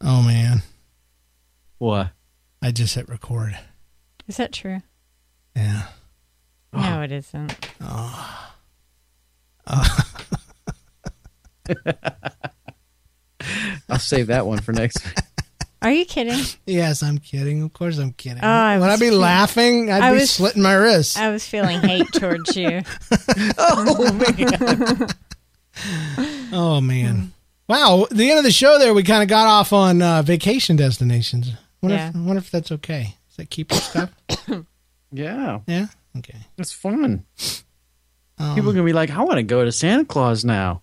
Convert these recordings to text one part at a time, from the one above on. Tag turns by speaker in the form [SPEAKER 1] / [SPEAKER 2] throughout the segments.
[SPEAKER 1] Oh man,
[SPEAKER 2] What?
[SPEAKER 1] I just hit record.
[SPEAKER 3] Is that true?
[SPEAKER 1] Yeah. Oh.
[SPEAKER 3] No, it isn't.
[SPEAKER 2] I'll save that one for next. week.
[SPEAKER 3] Are you kidding?
[SPEAKER 1] Yes, I'm kidding. Of course, I'm kidding.
[SPEAKER 3] Oh, I
[SPEAKER 1] Would I
[SPEAKER 3] was
[SPEAKER 1] be
[SPEAKER 3] kidding.
[SPEAKER 1] laughing? I'd
[SPEAKER 3] I
[SPEAKER 1] be
[SPEAKER 3] was-
[SPEAKER 1] slitting my wrists.
[SPEAKER 3] I was feeling hate towards you.
[SPEAKER 1] oh
[SPEAKER 3] Hmm.
[SPEAKER 1] man. Wow. The end of the show there, we kind of got off on uh, vacation destinations. Wonder if,
[SPEAKER 3] Yeah.
[SPEAKER 1] wonder if that's okay. Is that keep your stuff?
[SPEAKER 2] yeah,
[SPEAKER 1] yeah. Okay.
[SPEAKER 2] it's fun.
[SPEAKER 3] Oh.
[SPEAKER 2] People are gonna be like, I want to go to Santa Claus now.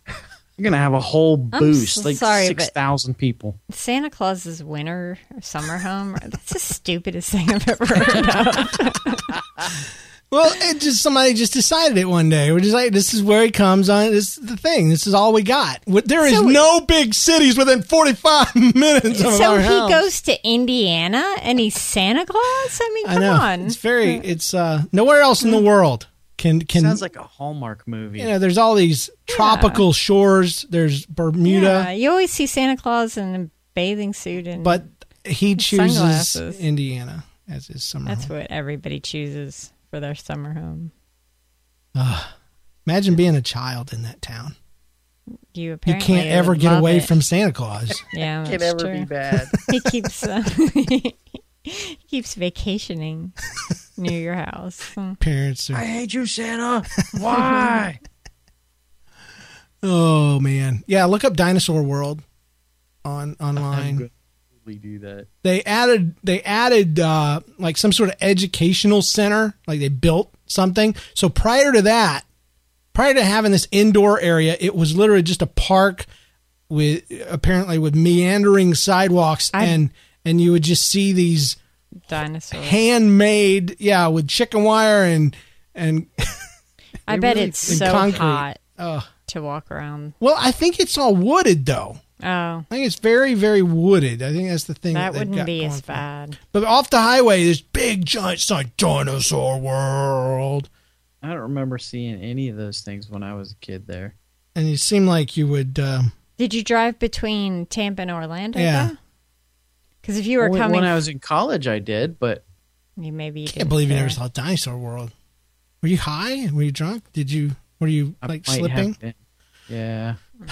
[SPEAKER 2] You're gonna have a whole
[SPEAKER 3] I'm
[SPEAKER 2] boost,
[SPEAKER 3] so
[SPEAKER 2] like
[SPEAKER 3] sorry, but-
[SPEAKER 2] six thousand people.
[SPEAKER 3] Santa Claus's winter or summer home. That's the stupidest thing I've ever heard.
[SPEAKER 1] Well, it just somebody just decided it one day. We're just like, this is where he comes on. This is the thing. This is all we got. What- There is
[SPEAKER 3] So-
[SPEAKER 1] no big cities within 45 minutes of
[SPEAKER 3] so
[SPEAKER 1] our
[SPEAKER 3] he
[SPEAKER 1] house.
[SPEAKER 3] goes to Indiana and he's Santa Claus. I mean,
[SPEAKER 1] I
[SPEAKER 3] come
[SPEAKER 1] know.
[SPEAKER 3] on. Mm.
[SPEAKER 1] It's very. It's uh nowhere else in the world can can
[SPEAKER 2] Sounds like a Hallmark movie.
[SPEAKER 1] you know. There's all these tropical shores. There's
[SPEAKER 3] yeah,
[SPEAKER 1] Bermuda,
[SPEAKER 3] you always see Santa Claus in a bathing suit, and
[SPEAKER 1] but he chooses
[SPEAKER 3] Sunglasses.
[SPEAKER 1] Indiana as his summer.
[SPEAKER 3] that's
[SPEAKER 1] home.
[SPEAKER 3] what everybody chooses for their summer home.
[SPEAKER 1] Imagine being a child in that town.
[SPEAKER 3] You apparently
[SPEAKER 1] you can't ever
[SPEAKER 3] would
[SPEAKER 1] get
[SPEAKER 3] love
[SPEAKER 1] away
[SPEAKER 3] it.
[SPEAKER 1] from Santa Claus.
[SPEAKER 3] Yeah, that's true.
[SPEAKER 2] bad.
[SPEAKER 3] He keeps uh, he keeps vacationing near your house. Hmm.
[SPEAKER 1] Parents are.
[SPEAKER 2] I hate you, Santa. Why?
[SPEAKER 1] Oh man, yeah. Look up Dinosaur World on online.
[SPEAKER 2] We do that.
[SPEAKER 1] they added they added uh, like some sort of educational center like they built something so prior to that prior to having this indoor area it was literally just a park with apparently with meandering sidewalks
[SPEAKER 3] I-
[SPEAKER 1] and and you would just see these
[SPEAKER 3] Dinosaurs.
[SPEAKER 1] handmade yeah with chicken wire and and
[SPEAKER 3] I
[SPEAKER 2] They
[SPEAKER 3] bet
[SPEAKER 2] really-
[SPEAKER 3] it's
[SPEAKER 1] in
[SPEAKER 3] so
[SPEAKER 1] concrete.
[SPEAKER 3] hot
[SPEAKER 1] Ugh.
[SPEAKER 3] to walk around.
[SPEAKER 1] well i think it's all wooded though
[SPEAKER 3] Oh,
[SPEAKER 1] i think it's very very wooded i think that's the thing that,
[SPEAKER 3] that
[SPEAKER 1] they've
[SPEAKER 3] wouldn't
[SPEAKER 1] got
[SPEAKER 3] be
[SPEAKER 1] going
[SPEAKER 3] as
[SPEAKER 1] for it.
[SPEAKER 3] bad.
[SPEAKER 1] But off the highway, there's big giant sign, dinosaur world.
[SPEAKER 2] I don't remember seeing any of those things when I was a kid. There,
[SPEAKER 1] And you seem like you would, um,
[SPEAKER 3] Did you drive between Tampa and Orlando?
[SPEAKER 1] Yeah.
[SPEAKER 3] Because if you were
[SPEAKER 2] when,
[SPEAKER 3] coming,
[SPEAKER 2] when I was in college, I did, but
[SPEAKER 3] you maybe you
[SPEAKER 1] can't
[SPEAKER 3] didn't
[SPEAKER 1] believe you never
[SPEAKER 3] care.
[SPEAKER 1] saw dinosaur world. Were you high? Were you drunk? Did you, were you
[SPEAKER 2] I
[SPEAKER 1] like
[SPEAKER 2] might have
[SPEAKER 1] slipping?
[SPEAKER 2] been. Yeah,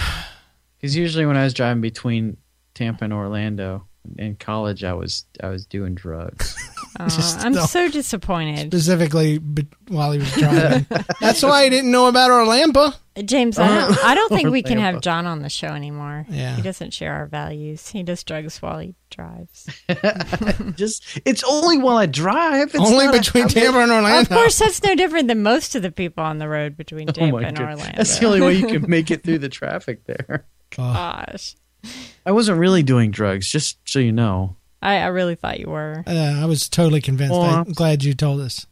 [SPEAKER 2] because usually when I was driving between Tampa and Orlando in college, I was I was doing drugs.
[SPEAKER 3] Aw,
[SPEAKER 1] Just
[SPEAKER 3] I'm
[SPEAKER 1] don't.
[SPEAKER 3] so disappointed,
[SPEAKER 1] Specifically, but while he was driving. That's why he didn't know about Orlando.
[SPEAKER 3] James. I don't, I don't think we can have
[SPEAKER 2] Orlando.
[SPEAKER 3] John on the show anymore.
[SPEAKER 1] Yeah.
[SPEAKER 3] He doesn't share our values. He does drugs while he drives.
[SPEAKER 2] Just it's only while I drive. It's
[SPEAKER 1] Only
[SPEAKER 2] not a-
[SPEAKER 1] between Tampa and Orlando.
[SPEAKER 3] Of course, that's no different than most of the people on the road between
[SPEAKER 2] Oh
[SPEAKER 3] Tampa
[SPEAKER 2] my
[SPEAKER 3] and
[SPEAKER 2] God.
[SPEAKER 3] Orlando.
[SPEAKER 2] That's the only way you can make it through the traffic there.
[SPEAKER 1] Oh.
[SPEAKER 3] Gosh,
[SPEAKER 2] I wasn't really doing drugs, just so you know.
[SPEAKER 3] I, I really thought you were.
[SPEAKER 1] Uh, I was totally convinced.
[SPEAKER 2] Well,
[SPEAKER 1] I'm
[SPEAKER 2] I'm-
[SPEAKER 1] glad you told us.